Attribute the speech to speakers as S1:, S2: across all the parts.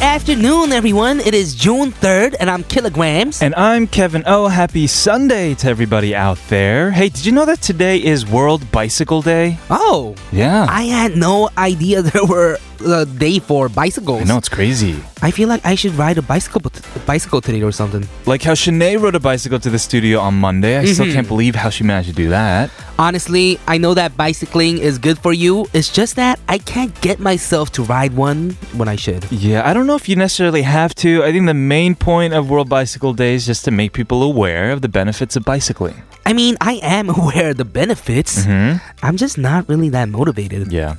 S1: afternoon, everyone. It is June 3rd, and I'm Kilograms.
S2: And I'm Kevin O. Happy Sunday to everybody out there. Hey, did you know that today is World Bicycle Day?
S1: oh,
S2: Yeah. I,
S1: I had no idea there were a day for bicycles.
S2: know it's crazy.
S1: I feel like I should ride a bicycle t- bicycle today or something.
S2: Like how Shanae rode a bicycle to the studio on Monday. I still can't believe how she managed to do that.
S1: Honestly, I know that bicycling is good for you. It's just that I can't get myself to ride one when I should.
S2: Yeah, I don't know if you necessarily have to. I think the main point of World Bicycle Day is just to make people aware of the benefits of bicycling.
S1: I mean, I am aware of the benefits.
S2: Mm-hmm.
S1: I'm just not really that motivated.
S2: Yeah.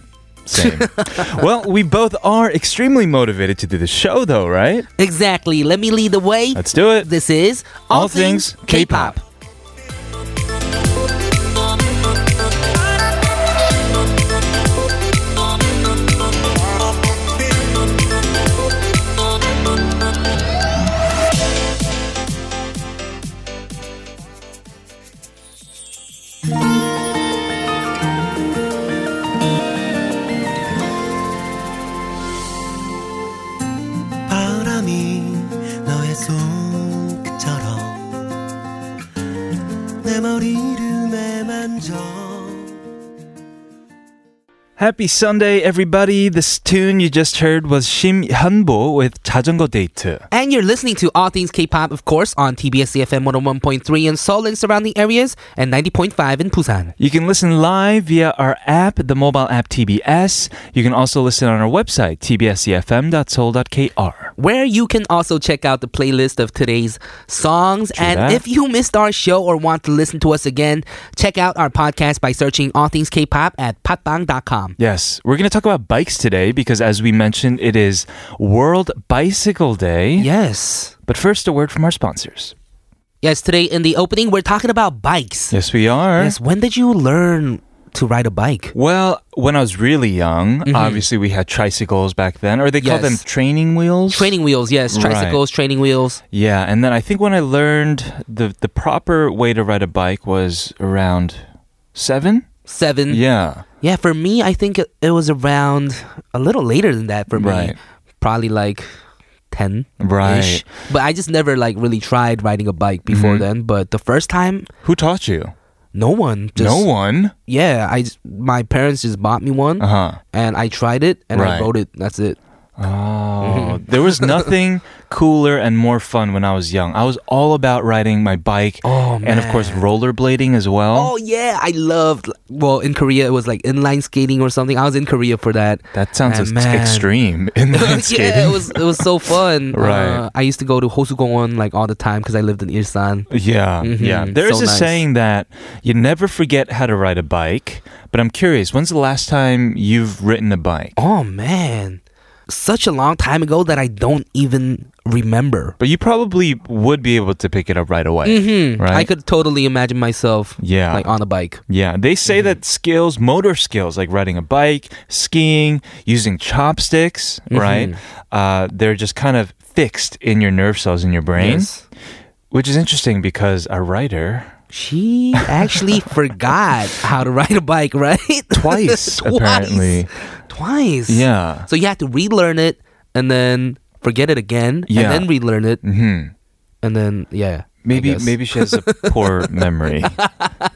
S2: Same. well, we both are extremely motivated to do the show, though, right?
S1: Exactly. Let me lead the way.
S2: Let's do it.
S1: This is
S2: All Things K-Pop.
S3: 바람이 너의 손끝처럼 내 머리를 매만져
S2: Happy Sunday, everybody. This tune you just heard was Shim Hyunbo with 자전거 데이트.
S1: And you're listening to All Things K-Pop, of course, on TBS CFM 101.3 in Seoul and surrounding areas, and 90.5 in Busan.
S2: You can listen live via our app, the mobile app TBS. You can also listen on our website, E tbscfm.soul.kr.
S1: where you can also check out the playlist of today's songs.
S2: True
S1: and
S2: that.
S1: if you missed our show or want to listen to us again, check out our podcast by searching All Things K-Pop at patbang.com.
S2: Yes, we're going to talk about bikes today because, as we mentioned, it is World Bicycle Day.
S1: Yes.
S2: But first, a word from our sponsors.
S1: Yes, today in the opening, we're talking about bikes.
S2: Yes, we are.
S1: Yes, when did you learn to ride a bike?
S2: Well, when I was really young, obviously we had tricycles back then, or they call them
S1: Yes.
S2: training wheels.
S1: Training wheels, yes.
S2: Right.
S1: Tricycles, training wheels.
S2: Yeah, and then I think when I learned the the proper way to ride a bike was around seven.
S1: Seven.
S2: Yeah,
S1: Yeah, for me, I think it, it was around a little later than that for me.
S2: Right.
S1: Probably like 10.
S2: Right.
S1: But I just never like really tried riding a bike before
S2: Mhm.
S1: then. But the first time,
S2: who taught you?
S1: no one. Just, Mm-hmm.
S2: no one.
S1: Yeah, I just- my parents just bought me one
S2: Uh huh.
S1: and I tried it and
S2: Right.
S1: I rode it. That's it.
S2: Oh, there was nothing cooler and more fun when I was young. I was all about riding my bike,
S1: Oh,
S2: and of course rollerblading as well.
S1: Oh yeah, I loved. Well, in Korea it was like inline skating or something. I was in Korea for that.
S2: That sounds
S1: And
S2: ex-
S1: man.
S2: extreme. Inline skating.
S1: yeah, it was it was so fun. Uh,
S2: Right.
S1: I used to go to Hosugongwon like all the time because I lived in Ilsan.
S2: Yeah, yeah.
S1: Mhm,
S2: There is
S1: so
S2: a
S1: nice.
S2: saying that you never forget how to ride a bike, but I'm curious, when's the last time you've ridden a bike?
S1: Oh man, such a long time ago that I don't even remember.
S2: But you probably would be able to pick it up right away,
S1: Mm-hmm.
S2: right?
S1: I could totally imagine myself
S2: Yeah.
S1: like Mm-hmm. on a bike.
S2: yeah, they say that skills, motor skills like riding a bike, skiing, using chopsticks,
S1: Mm-hmm.
S2: right? Uh, they're just kind of fixed in your nerve cells in your brain,
S1: Yes.
S2: which is interesting because a rider
S1: She actually forgot how to ride a bike, right?
S2: twice,
S1: Twice.
S2: apparently,
S1: Twice.
S2: yeah,
S1: So you had to relearn it and then forget it again
S2: Yeah.
S1: and then relearn it
S2: hmm
S1: and then yeah. I
S2: Maybe
S1: guess.
S2: maybe she has a poor memory.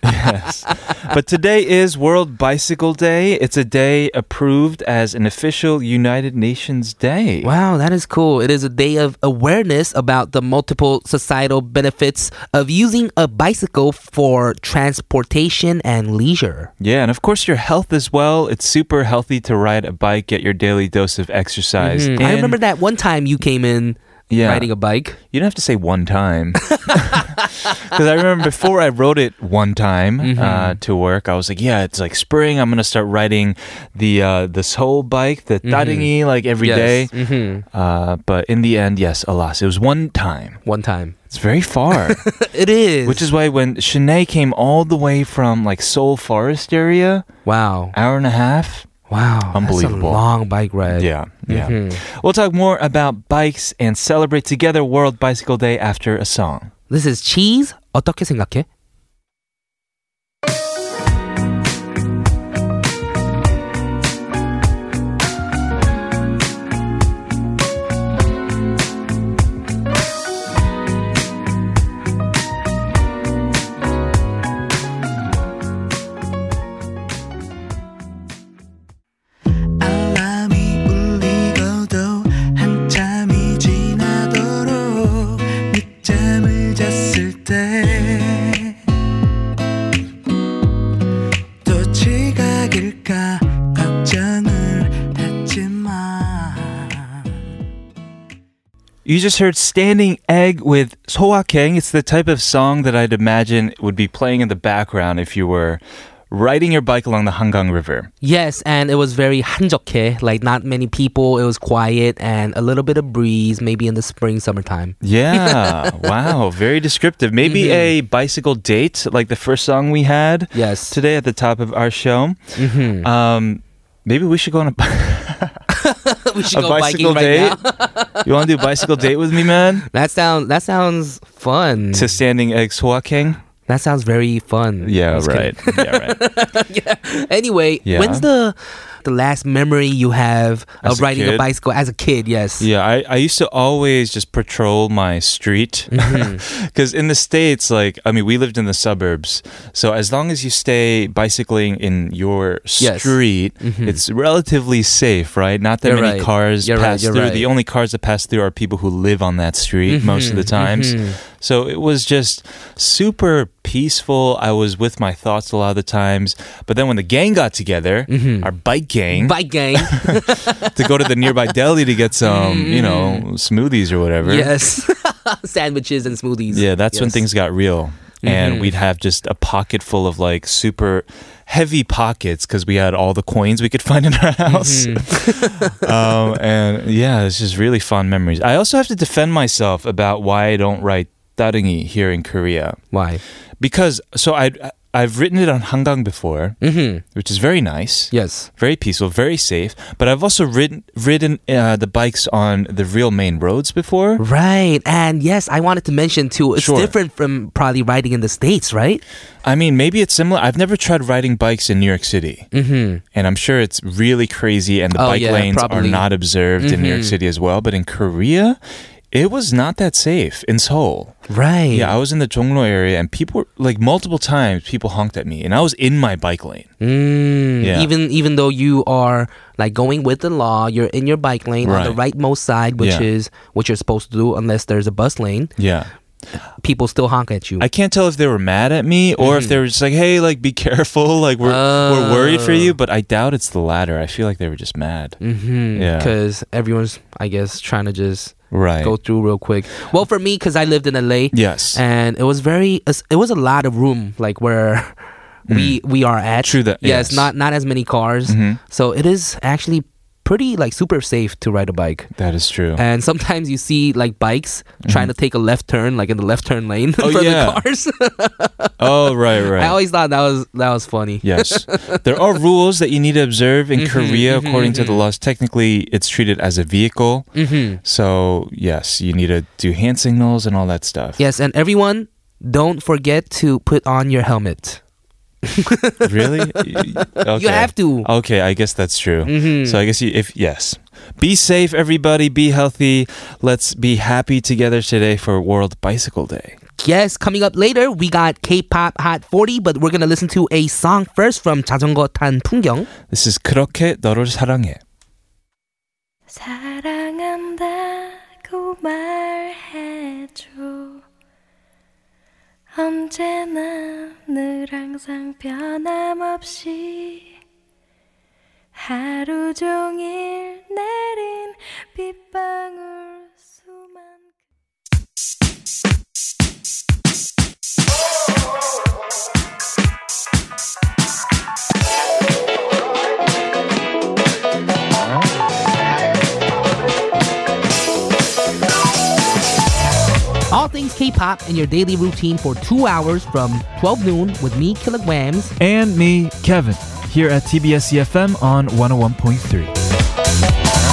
S2: yes. But today is World Bicycle Day. It's a day approved as an official United Nations Day.
S1: Wow, that is cool. It is a day of awareness about the multiple societal benefits of using a bicycle for transportation and leisure.
S2: Yeah, and of course your health as well. It's super healthy to ride a bike, get your daily dose of exercise.
S1: Mm, I
S2: And
S1: remember that one time you came in
S2: Yeah.
S1: riding a bike.
S2: You don't have to say one time. Because I remember before I rode it one time
S1: Mm-hmm.
S2: uh, to work, I was like, yeah, it's like spring. I'm going to start riding the uh, this whole bike, the
S1: Mm-hmm.
S2: taringi, like every day.
S1: hmm
S2: Uh, but in the end, yes, alas, it was one time.
S1: One time.
S2: It's very far,
S1: It is.
S2: which is why when Shanae came all the way from like Seoul Forest area,
S1: wow.
S2: hour and a half.
S1: Wow. that's a
S2: Unbelievable.
S1: long bike ride.
S2: Yeah, yeah.
S1: Mhm.
S2: We'll talk more about bikes and celebrate together World Bicycle Day after a song.
S1: This is cheese. 어떻게 생각해?
S2: you just heard Standing Egg with Soa Kang. It's the type of song that I'd imagine would be playing in the background if you were riding your bike along the Hangang River.
S1: Yes, and it was very 한적해, like not many people. It was quiet and a little bit of breeze, maybe in the spring, summertime.
S2: Yeah. wow. Very descriptive. Maybe
S1: Mm-hmm.
S2: a bicycle date, like the first song we had
S1: Yes.
S2: today at the top of our show.
S1: Mm-hmm.
S2: Um, maybe we should go on a, bi-
S1: we should
S2: a
S1: go biking
S2: bicycle
S1: right
S2: date.
S1: now.
S2: you want to do a bicycle date with me, man?
S1: That sounds that sounds fun.
S2: To Standing Egg Soa Kang?
S1: that sounds very fun.
S2: Yeah,
S1: Just kidding.
S2: right. yeah, right.
S1: Anyway,
S2: Yeah.
S1: when's the the last memory you have
S2: As
S1: of
S2: a
S1: riding a
S2: kid?
S1: bicycle as a kid? Yes.
S2: Yeah, I, I used to always just patrol my street.
S1: Mm-hmm.
S2: Because in the States, like, I mean, we lived in the suburbs. So as long as you stay bicycling in your
S1: Yes. Mm-hmm.
S2: street, it's relatively safe, right? Not that
S1: You're
S2: many
S1: right.
S2: cars
S1: You're right,
S2: pass
S1: you're
S2: through.
S1: right. Mm-hmm.
S2: The only cars that pass through are people who live on that street most of the times. So it was just super peaceful. I was with my thoughts a lot of the times. But then when the gang got together,
S1: Mm-hmm.
S2: our bike gang,
S1: Bike gang.
S2: to go to the nearby deli to get some, you know, smoothies or whatever.
S1: Mm-hmm. yes. Sandwiches and smoothies.
S2: Yeah, that's when
S1: Yes. Mm-hmm.
S2: things got real. And we'd have just a pocket full of like super heavy pockets because we had all the coins we could find in our house.
S1: Mm-hmm.
S2: um, and yeah, it's just really fond memories. I also have to defend myself about why I don't write daringi here in Korea
S1: Why?
S2: because so I I've written it on Hangang before,
S1: Mm-hmm.
S2: which is very nice
S1: Yes.
S2: very peaceful, very safe. But I've also ridden ridden uh, the bikes on the real main roads before.
S1: Right. And yes, I wanted to mention too, it's
S2: Sure.
S1: different from probably riding in the States, right?
S2: I mean, maybe it's similar. I've never tried riding bikes in New York City, mm-hmm. and I'm sure it's really crazy, and the
S1: Oh,
S2: bike
S1: yeah,
S2: lanes
S1: probably.
S2: are not observed in New York City as well. But in Korea. It was not that safe in Seoul.
S1: Right.
S2: Yeah, I was in the Jongno area and people were, like multiple times people honked at me and I was in my bike lane.
S1: Mm,
S2: Yeah.
S1: Even even though you are like going with the law, you're in your bike lane on the
S2: Right.
S1: rightmost side, which
S2: Yeah.
S1: is what you're supposed to do unless there's a bus lane.
S2: Yeah.
S1: People still honk at you.
S2: I can't tell if they were mad at me or
S1: Hmm.
S2: if they were just like, "Hey, like be careful, like we're we're worried for
S1: Oh.
S2: you." But I doubt it's the latter. I feel like they were just mad.
S1: mm-hmm.
S2: Yeah.
S1: Because everyone's, I guess, trying to just
S2: Right.
S1: go through real quick. Well, for me, because I lived in LA,
S2: yes.
S1: and it was very, it was a lot of room, like where we we are at.
S2: Mm. True that-
S1: Yes,
S2: yes.
S1: not not as many cars.
S2: Mhm.
S1: So it is actually pretty like super safe to ride a bike.
S2: that is true.
S1: And sometimes you see like bikes trying to take a left turn, like in the left turn lane
S2: Mm-hmm. Oh,
S1: from the
S2: yeah.
S1: cars.
S2: oh, right,
S1: I
S2: right.
S1: always thought that was that was funny.
S2: yes. There are rules that you need to observe in
S1: Mm-hmm,
S2: Korea according to the laws. Technically, it's treated as a vehicle.
S1: hmm
S2: So, yes, you need to do hand signals and all that stuff.
S1: Yes, and everyone, don't forget to put on your helmet.
S2: Really? okay.
S1: You have to.
S2: Okay, I guess that's true.
S1: Mhm.
S2: So I guess you, if yes, be safe, everybody. Be healthy. Let's be happy together today for World Bicycle Day.
S1: Yes, coming up later, we got K-pop Hot 40, but we're gonna listen to a song first from 자전거 탄 풍경.
S2: This is 그렇게 너를 사랑해.
S4: 사랑한다고 말해줘 언제나 늘 항상 변함없이 하루 종일 내린 빗방울 수만
S1: All things K-pop in your daily routine for two hours from 12 noon with me, Kilograms.
S5: and me, Kevin, here at TBS EFM E on 101.3.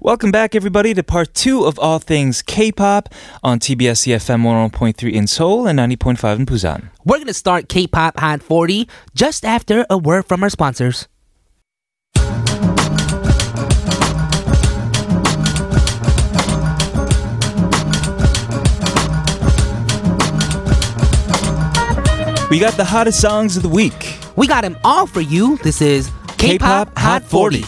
S2: Welcome back, everybody, to part two of all things K-pop on TBS EFM 101.3 in Seoul and 90.5 in Busan.
S1: We're gonna start K-pop Hot 40 just after a word from our sponsors.
S2: We got the hottest songs of the week.
S1: We got them all for you. This is K-pop, Hot 40.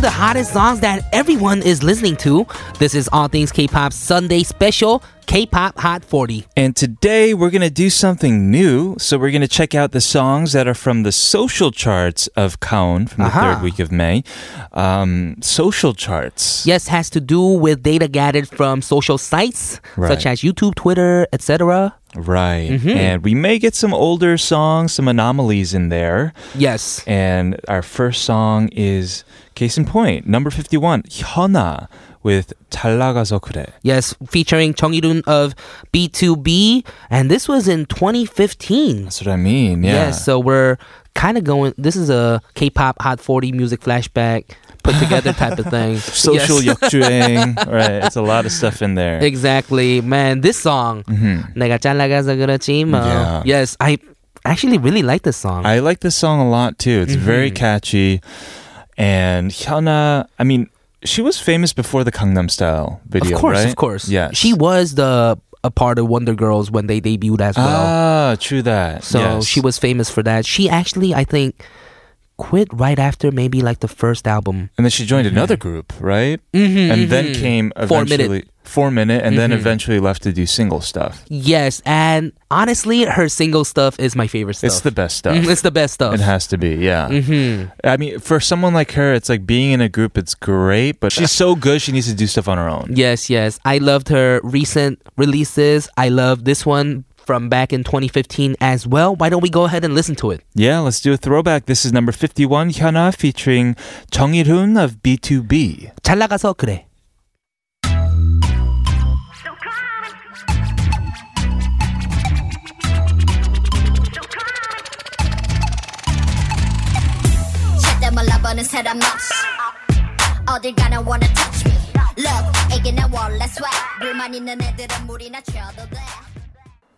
S1: the hottest songs that everyone is listening to. This is All Things K-Pop Sunday Special K-Pop Hot 40.
S2: And today we're going to do something new. So we're going to check out the songs that are from the social charts of Kaon from the
S1: Aha.
S2: third week of May. Um, social charts.
S1: Yes, has to do with data gathered from social sites such
S2: Right.
S1: as YouTube, Twitter, etc.
S2: Right.
S1: Mm-hmm.
S2: And we may get some older songs, some anomalies in there.
S1: Yes.
S2: And our first song is case in point, number 51, 현아 with 잘 나가서 그래.
S1: Yes, featuring Chung Irun of B2B, and this was in 2015.
S2: That's what I mean. Yeah.
S1: Yes, so we're kind of going. This is a K-pop Hot 40 music flashback put together type of thing.
S2: Social
S1: Yes.
S2: 역주행. right. It's a lot of stuff in there. Mm-hmm.
S1: exactly, man. This song, 내가 잘나가서 그렇지 뭐.
S2: Mm. Yeah.
S1: Yes, I actually really like this song.
S2: I like this song a lot too.
S1: Mm-hmm.
S2: It's very catchy. And Hyuna, I mean, she was famous before the Gangnam Style video,
S1: of course,
S2: right?
S1: of course.
S2: Yes.
S1: she was the a part of Wonder Girls when they debuted as well.
S2: Ah, true that.
S1: So
S2: Yes.
S1: she was famous for that. She actually, I think, quit right after maybe like the first album.
S2: And then she joined another group, right?
S1: Mm-hmm,
S2: And then came
S1: Four Minute. Mm-hmm.
S2: eventually four minute, and then eventually left to do single stuff.
S1: Yes, and honestly, her single stuff is my favorite stuff.
S2: It's the best stuff.
S1: Mhm, it's the best stuff.
S2: It has to be, yeah.
S1: Mhm.
S2: I mean, for someone like her, it's like being in a group. It's great, but she's so good. She needs to do stuff on her own.
S1: Yes, yes. I loved her recent releases. I love this one from back in 2015 as well. Why don't we go ahead and listen to it?
S2: Yeah, let's do a throwback. This is number fifty-one, Hyuna featuring Chong Il-hoon of B2B.
S1: 잘 나가서 그래.
S6: 절대 몰라보는 사람 없이 어딜 가나 wanna touch me Look, 이게 내 원래 swag 불만 있는 애들은 물이나 쳐도 돼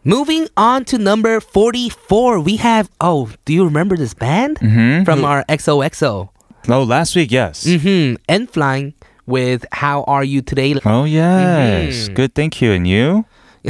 S1: Moving on to number 44, we have oh, do you remember this band
S2: Mm-hmm.
S1: from our XOXO?
S2: No, Oh, last week, yes.
S1: Hmm, and flying with how are you today?
S2: Oh yes,
S1: Mm-hmm.
S2: good. Thank you, and you.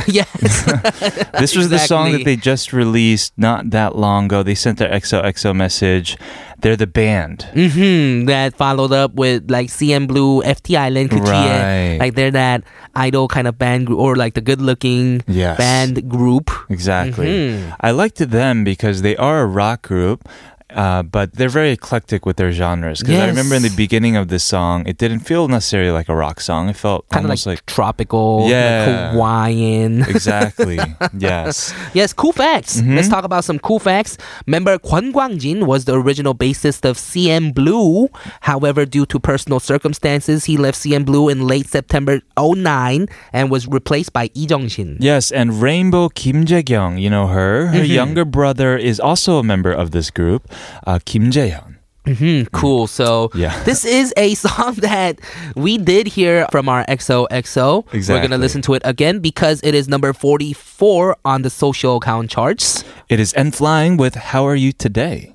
S1: yes.
S2: This was the song that
S1: Exactly.
S2: they just released not that long ago. They sent their XOXO message. They're the band.
S1: hmm That followed up with like CM Blue, FT Island, Kuchie.
S2: Right.
S1: Like they're that idol kind of band group or like the good looking
S2: Yes.
S1: band group.
S2: Exactly.
S1: Mm-hmm.
S2: I liked them because they are a rock group. Uh, but they're very eclectic with their genres. Because I remember in
S1: Yes.
S2: the beginning of this song, it didn't feel necessarily like a rock song. It felt
S1: Kind of
S2: almost
S1: like,
S2: like.
S1: tropical, like
S2: Yeah.
S1: Hawaiian.
S2: exactly. yes.
S1: yes, cool facts.
S2: Mm-hmm.
S1: Let's talk about some cool facts. Member Kwon Kwangjin was the original bassist of CM Blue. However, due to personal circumstances, he left CM Blue in late September 09 and was replaced by Lee Jong-shin.
S2: Yes, and Rainbow Kim Jae-kyung, you know her.
S1: Mm-hmm.
S2: Her younger brother is also a member of this group, uh, Kim Jae-hyun.
S1: Hmm, cool. So
S2: Yeah.
S1: this is a song that we did hear from our XOXO. We're
S2: Exactly.
S1: gonna listen to it again because it is number forty-four on the social count charts.
S2: It is N Flying with How Are You Today?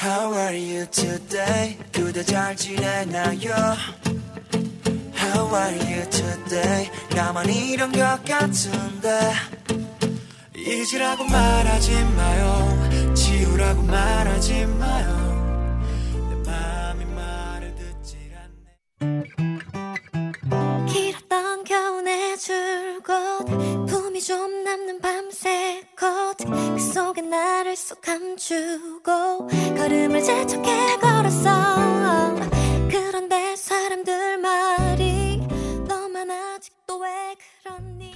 S3: How are you today? 그대 잘 지내나요? How are you today? 나만 이런 것 같은데 잊으라고 말하지 마요 지우라고 말하지 마요 내 마음이 말을 듣질 않네
S4: 길었던 겨운의 줄곧 품이 좀 남는 밤새 곧그 속에 나를 쏙 감추고 걸음을 재촉해 걸었어 그런데 사람들 말이 너만 아직도 왜 그러니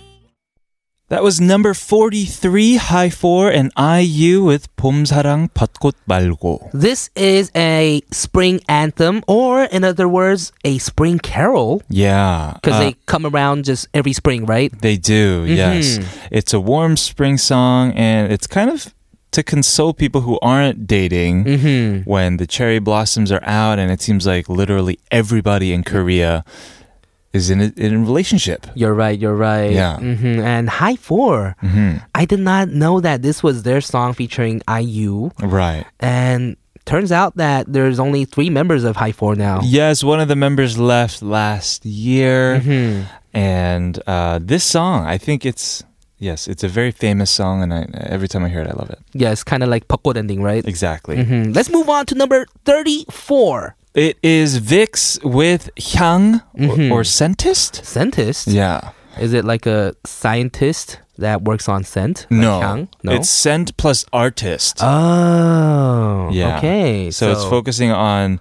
S2: That was number 43, High 4, and IU with 봄사랑 벚꽃 말고.
S1: This is a spring anthem, or in other words, a spring carol,
S2: Yeah.
S1: because
S2: uh,
S1: they come around just every spring, right?
S2: They do, yes. It's a warm spring song, and it's kind of to console people who aren't dating when the cherry blossoms are out, and it seems like literally everybody in Korea is in a, in a relationship.
S1: You're right. You're right.
S2: Yeah. Mm-hmm.
S1: hmm And High 4 I did not know that this was their song featuring IU,
S2: Right.
S1: and turns out that there's only three members of High 4 now.
S2: Yes, one of the members left last year, and uh, this song, I think it's. Yes, it's a very famous song, and I, every time I hear it, I
S1: Mm-hmm.
S2: love it.
S1: Yeah, it's kind of like pakod ending, right?
S2: Exactly.
S1: Mhm. Let's move on to number 34.
S2: It is Vicks with Hyang or, or Scentist.
S1: Scientist?
S2: Yeah.
S1: Is it like a scientist that works on scent? Like
S2: no.
S1: Hyang? No.
S2: It's scent plus artist.
S1: Oh.
S2: yeah.
S1: Okay.
S2: So, it's focusing on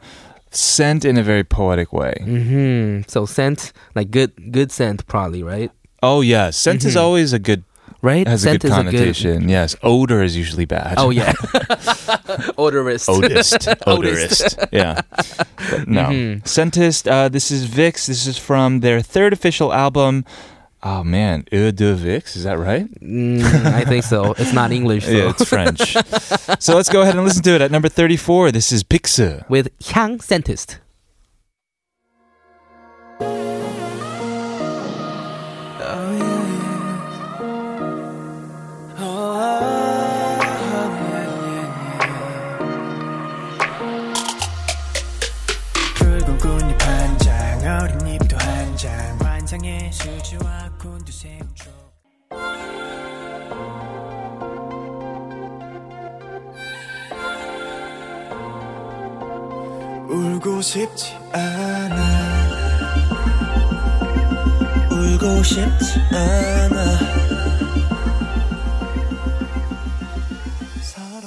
S2: scent in a very poetic way.
S1: hmm So scent, like good, good scent, probably right.
S2: Oh yeah, scent is always a good
S1: Right.
S2: has
S1: scent
S2: a good
S1: is
S2: connotation. Yes, odor is usually bad.
S1: Oh yeah. Odorist.
S2: Odorist. Odorist. yeah. But no. Scentist, uh, this is Vix. This is from their third official album. Oh, man. Eau de Vix. Is that right?
S1: Mm, I think so. It's not English. So.
S2: Yeah, it's French. so let's go ahead and listen to it. At number 34, this is Pixe.
S1: With Hyang Scentist.
S3: 붉은 꽃잎 한장 어린 잎도 한장 환상의 수지와 곤두세우 울고 싶지 않아 울고 싶지 않아 사랑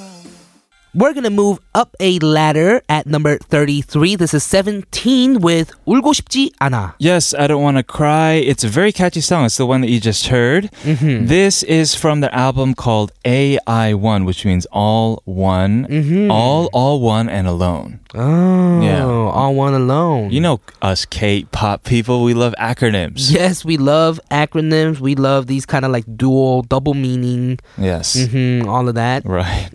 S1: We're gonna move up a ladder at number 33. This is 17 with 울고 싶지 않아.
S2: Yes, I Don't Want to Cry. It's a very catchy song. It's the one that you just heard. This is from their album called AI1, which means all one, all, all one, and alone.
S1: Oh,
S2: Yeah.
S1: all one alone.
S2: You know us K-pop people, we love acronyms.
S1: Yes, we love acronyms. We love these kind of like dual, double meaning,
S2: Yes.
S1: mhm, all of that.
S2: Right.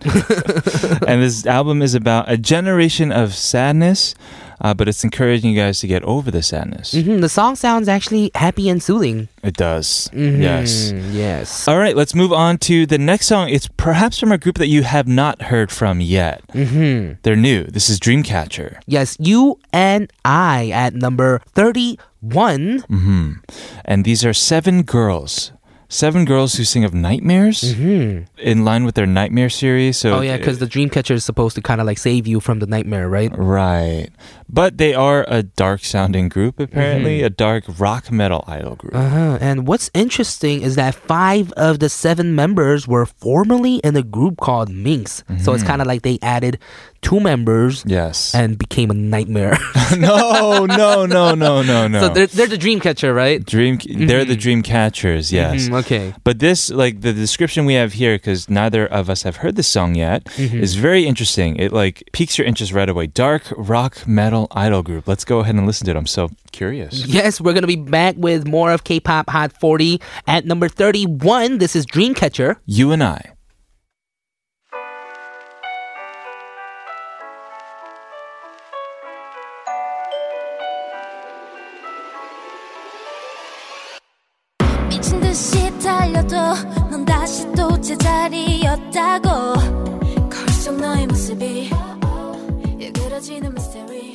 S2: and this album is about a generation of sadness, uh, but it's encouraging you guys to get over the sadness.
S1: hmm The song sounds actually happy and soothing.
S2: It does.
S1: Mhm,
S2: Yes.
S1: Yes.
S2: All right, let's move on to the next song. It's perhaps from a group that you have not heard from yet.
S1: hmm
S2: They're new. This is Dreamcatcher.
S1: Yes, you and I at number 31.
S2: hmm And these are seven girls. Seven girls who sing of nightmares in line with their nightmare series. So
S1: Mm-hmm. Oh, yeah, because the dream catcher is supposed to kind of like save you from the nightmare, right?
S2: Right. But they are a dark sounding group, apparently,
S1: Mm-hmm.
S2: a dark rock metal idol group.
S1: Uh-huh. And what's interesting is that five of the seven members were formerly in a group called Minx. So it's kind of like they added two members
S2: yes.
S1: and became a nightmare.
S2: no, no, no, no, no, no.
S1: so they're, Mm-hmm. they're the dream catcher, right?
S2: dream they're the dream catchers, yes.
S1: Mhm, okay.
S2: But this, like the description we have here, because neither of us have heard this song yet, is very interesting. It like piques your interest right away. Dark rock metal idol group. Let's go ahead and listen to it. I'm so curious.
S1: Yes, we're going to be back with more of K pop Hot 40 at number 31. This is Dreamcatcher.
S2: You and I.
S4: 미친 듯이 달려도 넌 다시 또 제자리였다고 거울 속 너의 모습이 일그러지는 미스터리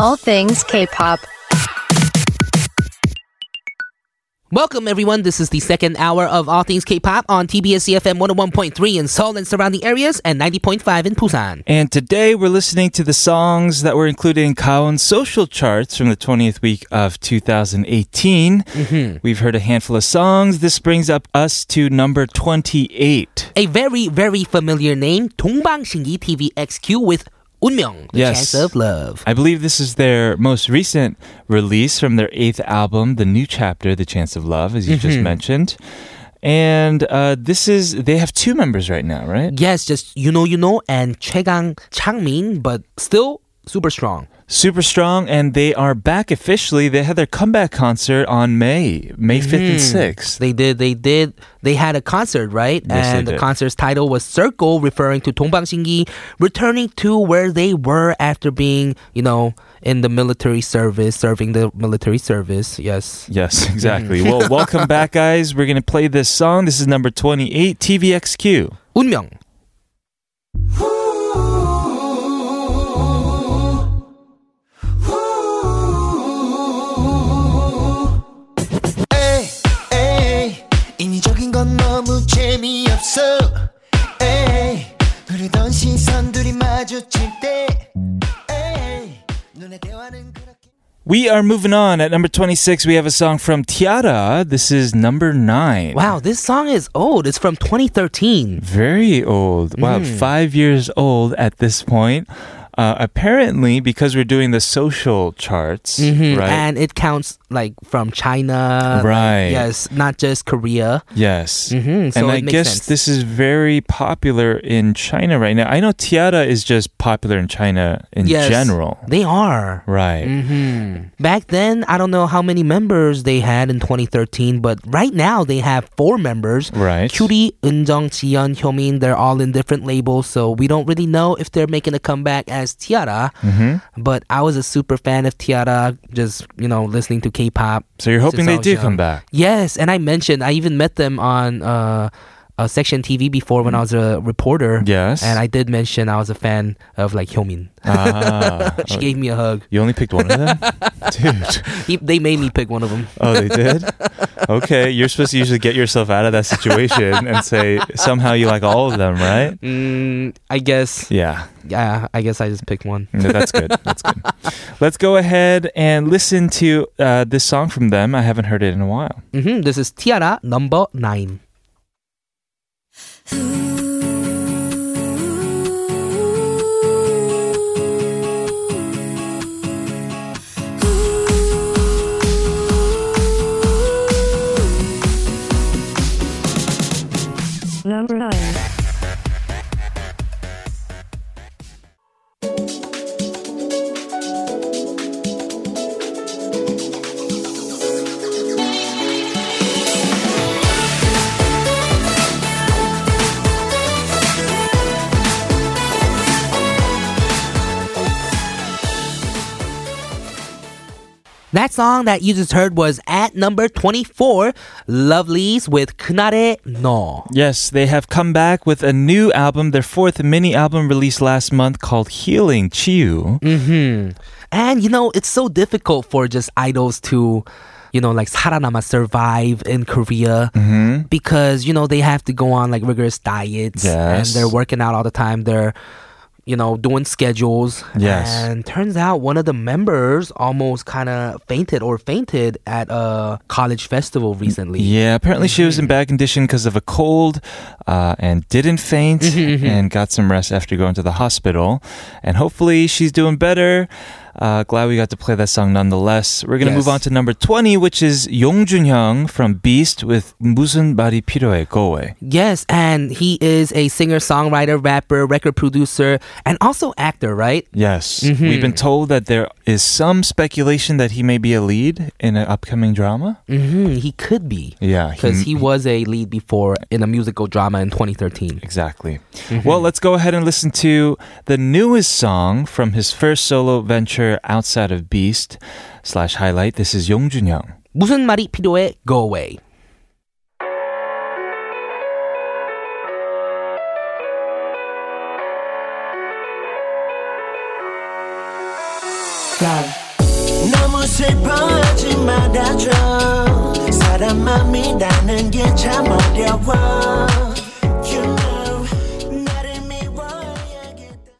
S7: All things K. Pop.
S1: Welcome, everyone. This is the second hour of All Things K pop on TBS EFM 101.3 in Seoul and surrounding areas and 90.5 in Busan.
S2: And today we're listening to the songs that were included in Kaon's social charts from the 20th week of 2018. We've heard a handful of songs. This brings up us to number 28.
S1: A very, very familiar name, Dongbang Shingi TVXQ with Unmyeong, The
S2: Yes.
S1: Chance of Love.
S2: I believe this is their most recent release from their eighth album, The New Chapter, The Chance of Love, as you just mentioned. And uh, this is, they have two members right now, right?
S1: Yes, just You Know You Know and Chegang Changmin, but still super strong.
S2: Super strong, and they are back officially. They had their comeback concert on May, May 5th and 6th.
S1: They did. They did. They had a concert, right?
S2: Yes, they
S1: and the
S2: did.
S1: concert's title was Circle, referring to Dongbang Shingi returning to where they were after being, you know, in the military service, serving the military service. Yes.
S2: Yes, exactly. well, welcome back, guys. We're going to play this song. This is number 28, TVXQ.
S1: 운명.
S3: 에이 에이 인위적인 건 너무 재미없어 에이 흐르던 시선들이 마주칠 때 에이 눈의 대화는 그렇게
S2: We are moving on. At number 26, we have a song from Tiara. This is number 9.
S1: Wow, this song is old. It's from 2013.
S2: Very old. Wow,
S1: Hmm.
S2: five years old at this point. Uh, apparently, because we're doing the social charts, right?
S1: Mm-hmm. And it counts like from China. like,
S2: Right.
S1: yes, not just Korea.
S2: Yes.
S1: Mhm, so it
S2: and I
S1: makes
S2: guess
S1: sense.
S2: this is very popular in China right now. I know Tiara is just popular in China in
S1: Yes. Mm-hmm.
S2: general.
S1: They are.
S2: Right.
S1: Back then, I don't know how many members they had in 2013, but right now they have four members.
S2: Right.
S1: Kyuri, Eunjung, Jiyeon, Hyomin, they're all in different labels, so we don't really know if they're making a comeback as Tiara.
S2: Mm. Mm-hmm.
S1: But I was a super fan of Tiara, just, you know, listening to K pop.
S2: So you're hoping
S1: since I
S2: they
S1: was
S2: do
S1: young.
S2: come back.
S1: Yes, and I mentioned, I even met them on uh, uh, Section TV before when I was a reporter.
S2: Yes.
S1: And I did mention I was a fan of, like, Hyomin.
S2: Ah,
S1: She gave me a hug.
S2: you only picked one of them? Dude.
S1: He, they made me pick one of them.
S2: Oh, they did? Okay. You're supposed to usually get yourself out of that situation and say somehow you like all of them, right?
S1: Mm, I guess.
S2: Yeah.
S1: Yeah, I guess I just picked one.
S2: No, that's good. That's good. Let's go ahead and listen to uh, this song from them. I haven't heard it in a while.
S1: hmm This is Tiara number nine.
S8: Number 9.
S1: That song that you just heard was at number 24, Lovelies with Knare No.
S2: Yes, they have come back with a new album, their fourth mini album released last month called Healing Chiu.
S1: And you know, it's so difficult for just idols to, you know, like Saranama survive in Korea
S2: Mm-hmm.
S1: because, you know, they have to go on like rigorous diets and
S2: Yes.
S1: they're working out all the time. They're, you know, doing schedules.
S2: Yes.
S1: And turns out one of the members almost kind of fainted or fainted at a college festival recently. Mm-hmm.
S2: Yeah, apparently she was in bad condition because of a cold uh, and didn't faint
S1: Mm-hmm,
S2: and got some rest after going to the hospital. And hopefully she's doing better. Uh, glad we got to play that song nonetheless. We're going to move on
S1: Yes.
S2: to number 20, which is Yong Jun Hyung from Beast with 무슨 말이 필요해, go away.
S1: Yes, and he is a singer, songwriter, rapper, record producer, and also actor, right?
S2: Yes.
S1: Mm-hmm.
S2: We've been told that there is some speculation that he may be a lead in an upcoming drama.
S1: hmm He could be.
S2: Yeah, he-
S1: Because he was a lead before in a musical drama in 2013.
S2: Exactly. Well, let's go ahead and listen to the newest song from his first solo venture outside of Beast slash Highlight. This is Yong Jun Young.
S1: 무슨 말이 필요해? Go away.
S3: 너무 슬퍼하지 말아줘 사람 맘이라는 게 참 어려워 You know 나를 미워해야겠다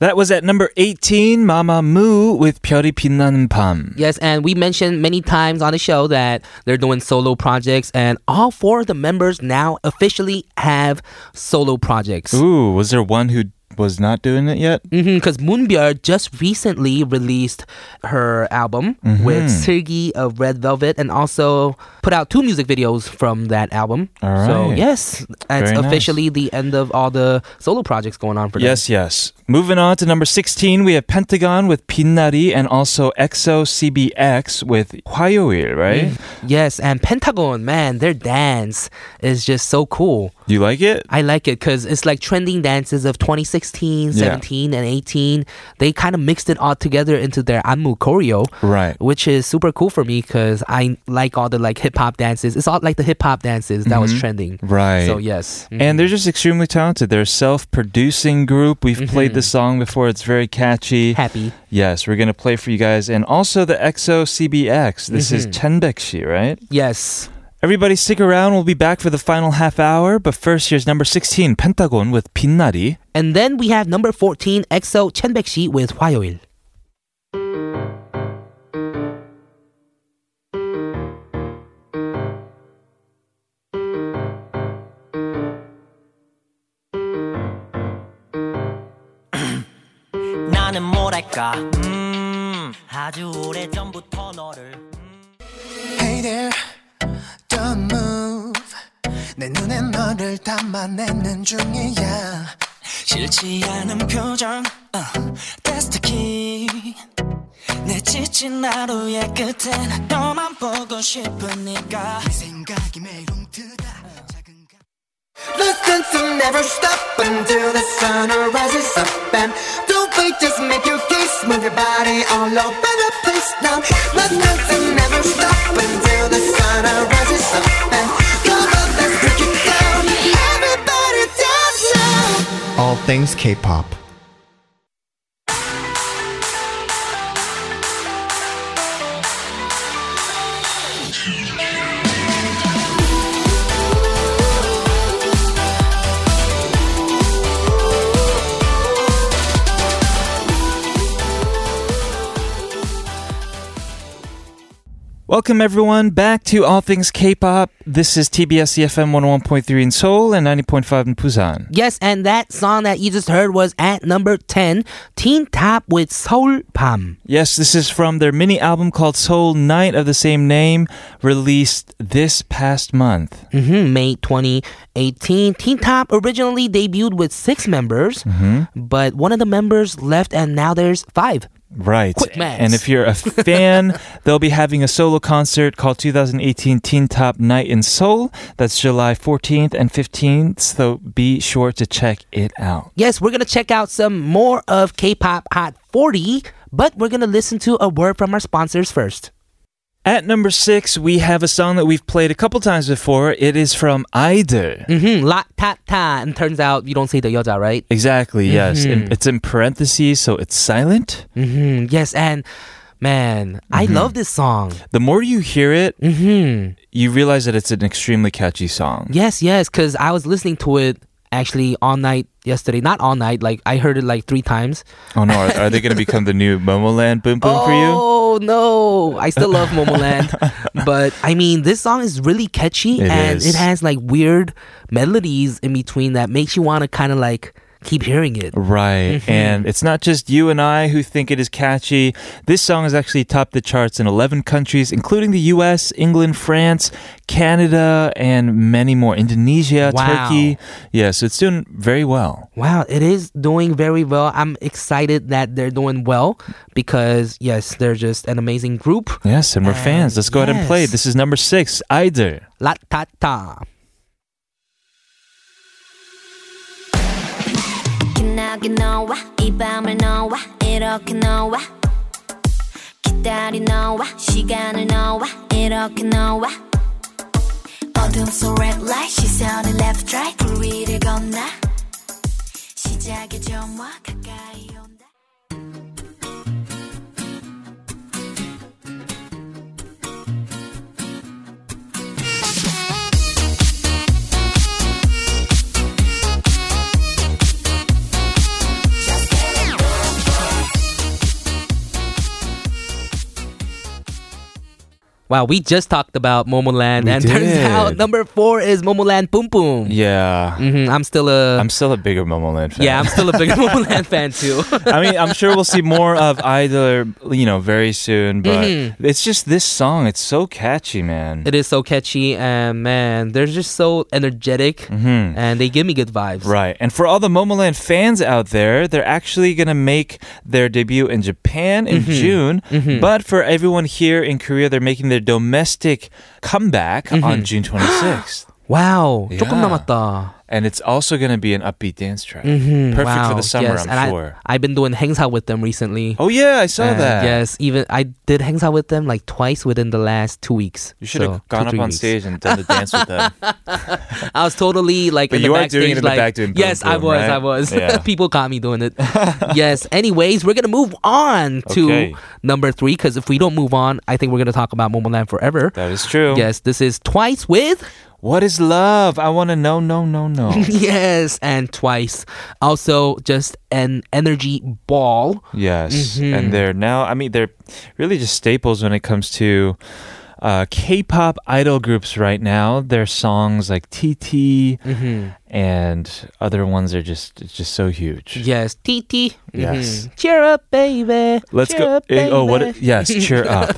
S2: That was at number 18, Mama Moo with 별이 빛나는 밤.
S1: Yes, and we mentioned many times on the show that they're doing solo projects, and all four of the members now officially have solo projects. Mm-hmm,
S2: Ooh, was there one who was not doing it yet?
S1: Because Moonbyul just recently released her album
S2: Mm-hmm.
S1: with Sergi of Red Velvet and also put out two music videos from that album.
S2: All
S1: So,
S2: right.
S1: yes, that's
S2: Very nice.
S1: officially the end of all the solo projects going on for them.
S2: Yes, yes. Moving on to number 16, we have Pentagon with Pinnari and also EXO CBX with 화요일, right?
S1: Yes, and Pentagon, man, their dance is just so cool.
S2: You like it?
S1: I like it because it's like trending dances of 2016,
S2: Yeah.
S1: 17, and 18. They kind of mixed it all together into their Anmu choreo,
S2: Right.
S1: which is super cool for me because I like all the like hip hop dances. It's all like the hip hop dances that was trending.
S2: Mm-hmm. Right.
S1: So yes, Mm-hmm.
S2: And they're just extremely talented. They're a self-producing group. We've played the song before. It's very catchy.
S1: happy.
S2: Yes, we're going to play for you guys. And also the EXO CBX. This is Chen Baekshi, right?
S1: Yes.
S2: Everybody stick around. We'll be back for the final half hour. But first, here's number 16, Pentagon with Pinnari.
S1: And then we have number 14, EXO Chen Baekshi with 화요일.
S3: 나는 뭐랄까 음 아주 오래전부터 너를 Hey there don't move 내 눈에 너를 담아내는 중이야 싫지 않은 표정 uh, 베스트 키내 지친 하루의 끝엔 너만 보고 싶으니까 네 생각이 매일 움트다 작은 감-
S8: The dancing never stop until the sun rises up and don't wait, just make your case, move your body all over the place now. The dancing never stop until the sun rises up and come on, let's break it down. Everybody dance now. All things K-pop.
S2: Welcome everyone back to All Things K-pop. This is TBS EFM 101.3 in Seoul and 90.5 in Busan.
S1: Yes, and that song that you just heard was at number 10, Teen Top with Seoul Pam.
S2: Yes, this is from their mini album called Seoul Night of the same name, released this past month.
S1: hmm May 2018. Teen Top originally debuted with six members, but one of the members left and now there's five.
S2: Right.
S1: Quick maths.
S2: And if you're a fan, they'll be having a solo concert called 2018 Teen Top Night in Seoul. That's July 14th and 15th, so be sure to check it out.
S1: Yes, we're going to check out some more of K pop Hot 40, but we're going to listen to a word from our sponsors first.
S2: At number six, we have a song that we've played a couple times before. It is from Either.
S1: Mm-hmm. La ta ta. And turns out you don't say the yoja, right?
S2: Exactly, yes.
S1: Mm-hmm.
S2: In- It's in parentheses, so it's silent.
S1: hmm Yes, and man, I love this song.
S2: The more you hear it,
S1: hmm
S2: you realize that it's an extremely catchy song.
S1: Yes, yes, because I was listening to it actually all night yesterday. Not all night, like I heard it like three times.
S2: Oh no, are, are they going to become the new Momoland Boom Boom for you?
S1: Oh no, I still love Momoland, but I mean this song is really catchy
S2: It
S1: and
S2: is.
S1: it has like weird melodies in between that makes you want to kind of like keep hearing it.
S2: Right.
S1: Mm-hmm.
S2: And it's not just you and I who think it is catchy. This song has actually topped the charts in 11 countries, including the US, England, France, Canada, and many more. Indonesia,
S1: Wow.
S2: Turkey. Yeah, so it's doing very well.
S1: Wow, it is doing very well. I'm excited that they're doing well because yes, they're just an amazing group.
S2: Yes, and we're fans. Let's go ahead and
S1: Uh,
S2: play.
S1: yes.
S2: This is number six, Either.
S1: La ta ta.
S4: 기나게 너와 이 밤을 너와 이렇게 너와 기다린 너와 시간을 너와 이렇게 너와 어둠 속 red light 시선을 left right 불 위를 건나 시작의 점화 가까이 온다
S6: Just get it on.
S1: Wow, we just talked about Momoland,
S2: We
S1: and turns
S2: did.
S1: out number four is Momoland Boom Boom.
S2: Yeah.
S1: hmm I'm still a
S2: I'm still a bigger Momoland fan.
S1: yeah, I'm still a big Momoland fan too.
S2: I mean, I'm sure we'll see more of either, you know, very soon, but
S1: Mm-hmm.
S2: it's just this song. It's so catchy, man.
S1: it is so catchy, and man, they're just so energetic, and they give me good vibes.
S2: Mm-hmm. Right. And for all the Momoland fans out there, they're actually going to make their debut in Japan in
S1: Mm-hmm.
S2: June. But for everyone here in Korea, they're making their domestic comeback
S1: Mm-hmm.
S2: on June 26th.
S1: Wow, 조금
S2: Yeah.
S1: 남았다.
S2: and it's also going to be an upbeat dance track. Perfect
S1: Mm-hmm.
S2: for
S1: Wow,
S2: the summer,
S1: yes,
S2: I'm
S1: and I,
S2: sure.
S1: Uh, I've been doing hangsa with them recently.
S2: oh, yeah, I saw
S1: And
S2: that.
S1: Yes, even I did hangsa with them like twice within the last two weeks.
S2: You should have
S1: So, two,
S2: gone up
S1: three
S2: on
S1: weeks.
S2: stage and done the dance with them.
S1: I was totally like,
S2: But
S1: in
S2: you
S1: the
S2: are doing
S1: backstage,
S2: it in the
S1: like,
S2: back doing boom,
S1: yes, I
S2: boom,
S1: was,
S2: right?
S1: I was.
S2: Yeah.
S1: People caught me doing it. yes. Anyways, we're gonna move on to
S2: Okay.
S1: number three because if we don't move on, I think we're gonna talk about Momoland forever.
S2: That is true.
S1: Yes, this is Twice with
S2: What is love? I want to know, no, no, no.
S1: yes, and Twice also just an energy ball.
S2: Yes,
S1: Mm-hmm.
S2: and they're now. I mean, they're really just staples when it comes to uh, K-pop idol groups right now. Their songs like TT
S1: Mm-hmm.
S2: and other ones are just it's just so huge.
S1: Yes, TT.
S2: Yes.
S1: Mhm. Cheer up, baby.
S2: Let's
S1: Cheer
S2: go.
S1: Up, baby.
S2: eh, oh, what? Yes, cheer up.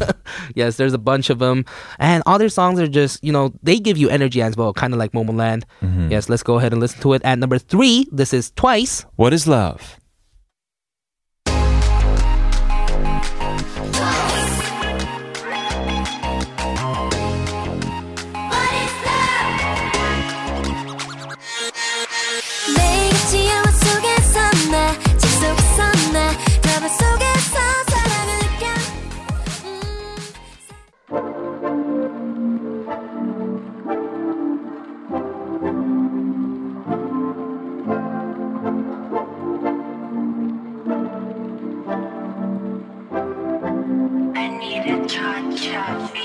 S1: Yes, there's a bunch of them, and all their songs are just you know they give you energy as well, kind of like Momoland.
S2: Mm-hmm.
S1: Yes, let's go ahead and listen to it. At number three, this is Twice.
S2: What is love?
S4: 매일 지연 속에서 나, 집 속에서 나, 드라마 속에서 사랑을 느껴. 음.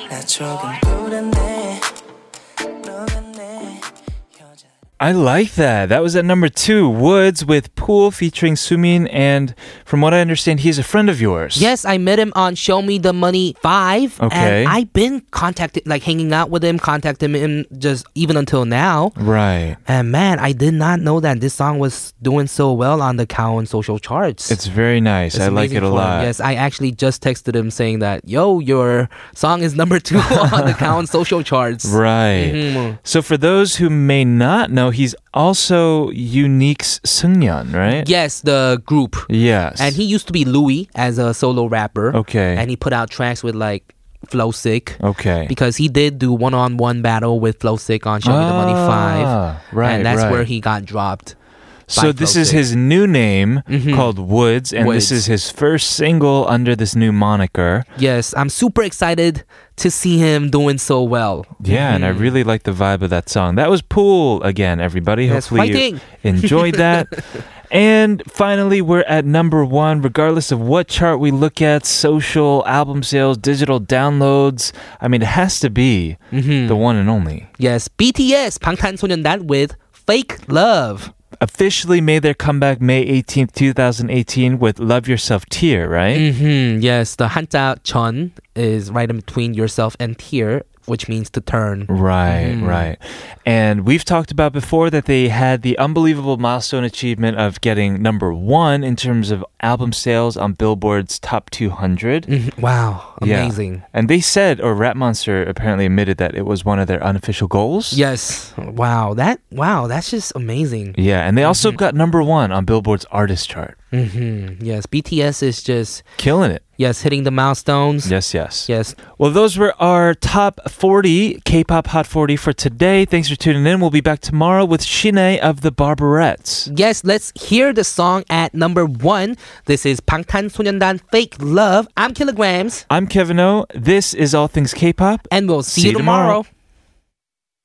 S3: 나 조금 불안해 불안해 여자
S2: I like that. That was at number two, Woods with Pool featuring Sumin, and from what I understand, he's a friend of yours.
S1: Yes, I met him on Show Me the Money Five,
S2: Okay.
S1: and I've been contacted, like hanging out with him, contacting him just even until now.
S2: Right.
S1: And man, I did not know that this song was doing so well on the Kaon social charts.
S2: It's very nice.
S1: It's
S2: I like
S1: amazing
S2: it
S1: for
S2: a
S1: him.
S2: lot.
S1: Yes, I actually just texted him saying that, yo, your song is number two on the Kaon social charts.
S2: Right.
S1: Mhm.
S2: So for those who may not know, he's also Unique's Seungyeon, right?
S1: Yes, the group.
S2: Yes.
S1: And he used to be Louis as a solo rapper.
S2: Okay.
S1: And he put out tracks with like Flow Sick.
S2: Okay.
S1: Because he did do one on one battle with Flow Sick on Show Me the Money
S2: Ah,
S1: 5.
S2: right,
S1: And that's
S2: right.
S1: where he got dropped.
S2: so
S1: by
S2: this
S1: Flow
S2: is
S1: Sick.
S2: his new name called Woods, and
S1: Mm-hmm. Woods.
S2: this is his first single under this new moniker.
S1: Yes, I'm super excited to see him doing so well.
S2: Yeah, and I
S1: Mm-hmm.
S2: really like the vibe of that song. That was Pool again, everybody.
S1: Yes, fighting.
S2: Hopefully you enjoyed that. and finally, we're at number one, regardless of what chart we look at social, album sales, digital downloads. I mean, it has to be
S1: Mm-hmm.
S2: the one and only.
S1: Yes, BTS 방탄소년단 with Fake Love.
S2: Officially made their comeback May 18th, 2018 with Love Yourself Tear, right?
S1: hmm Yes, the hanja chon is right in between yourself and tear, which means to turn.
S2: Right, right. And we've talked about before that they had the unbelievable milestone achievement of getting number one in terms of album sales on Billboard's top 200.
S1: Mm-hmm. Wow,
S2: Yeah.
S1: Mm, amazing.
S2: And they said, or Rap Monster apparently admitted that it was one of their unofficial goals.
S1: Yes, wow, that wow, that's just amazing.
S2: Yeah, and they also got number one on Billboard's artist chart.
S1: hmm Yes, BTS is just
S2: Killing it.
S1: yes hitting the milestones.
S2: Yes, yes.
S1: Yes,
S2: Well, those were our top 40 K pop Hot 40 for today. Thanks for tuning in. We'll be back tomorrow with Shine of the Barbarettes.
S1: yes. Let's hear the song at number one. This is 방탄소년단 Fake Love. I'm Kilograms,
S2: I'm Kevin O. This is All Things K pop.
S1: and we'll see,
S2: See
S1: you
S2: you
S1: tomorrow.
S2: tomorrow.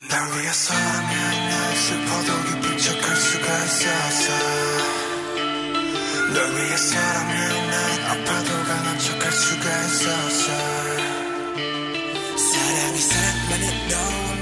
S8: 날 위해 사랑했네 슬퍼도 깊은 척할 수가 있어서 널 위해 사랑했네 아파도 강한 척할 수가 있어서 사랑이 사랑만은 너와 네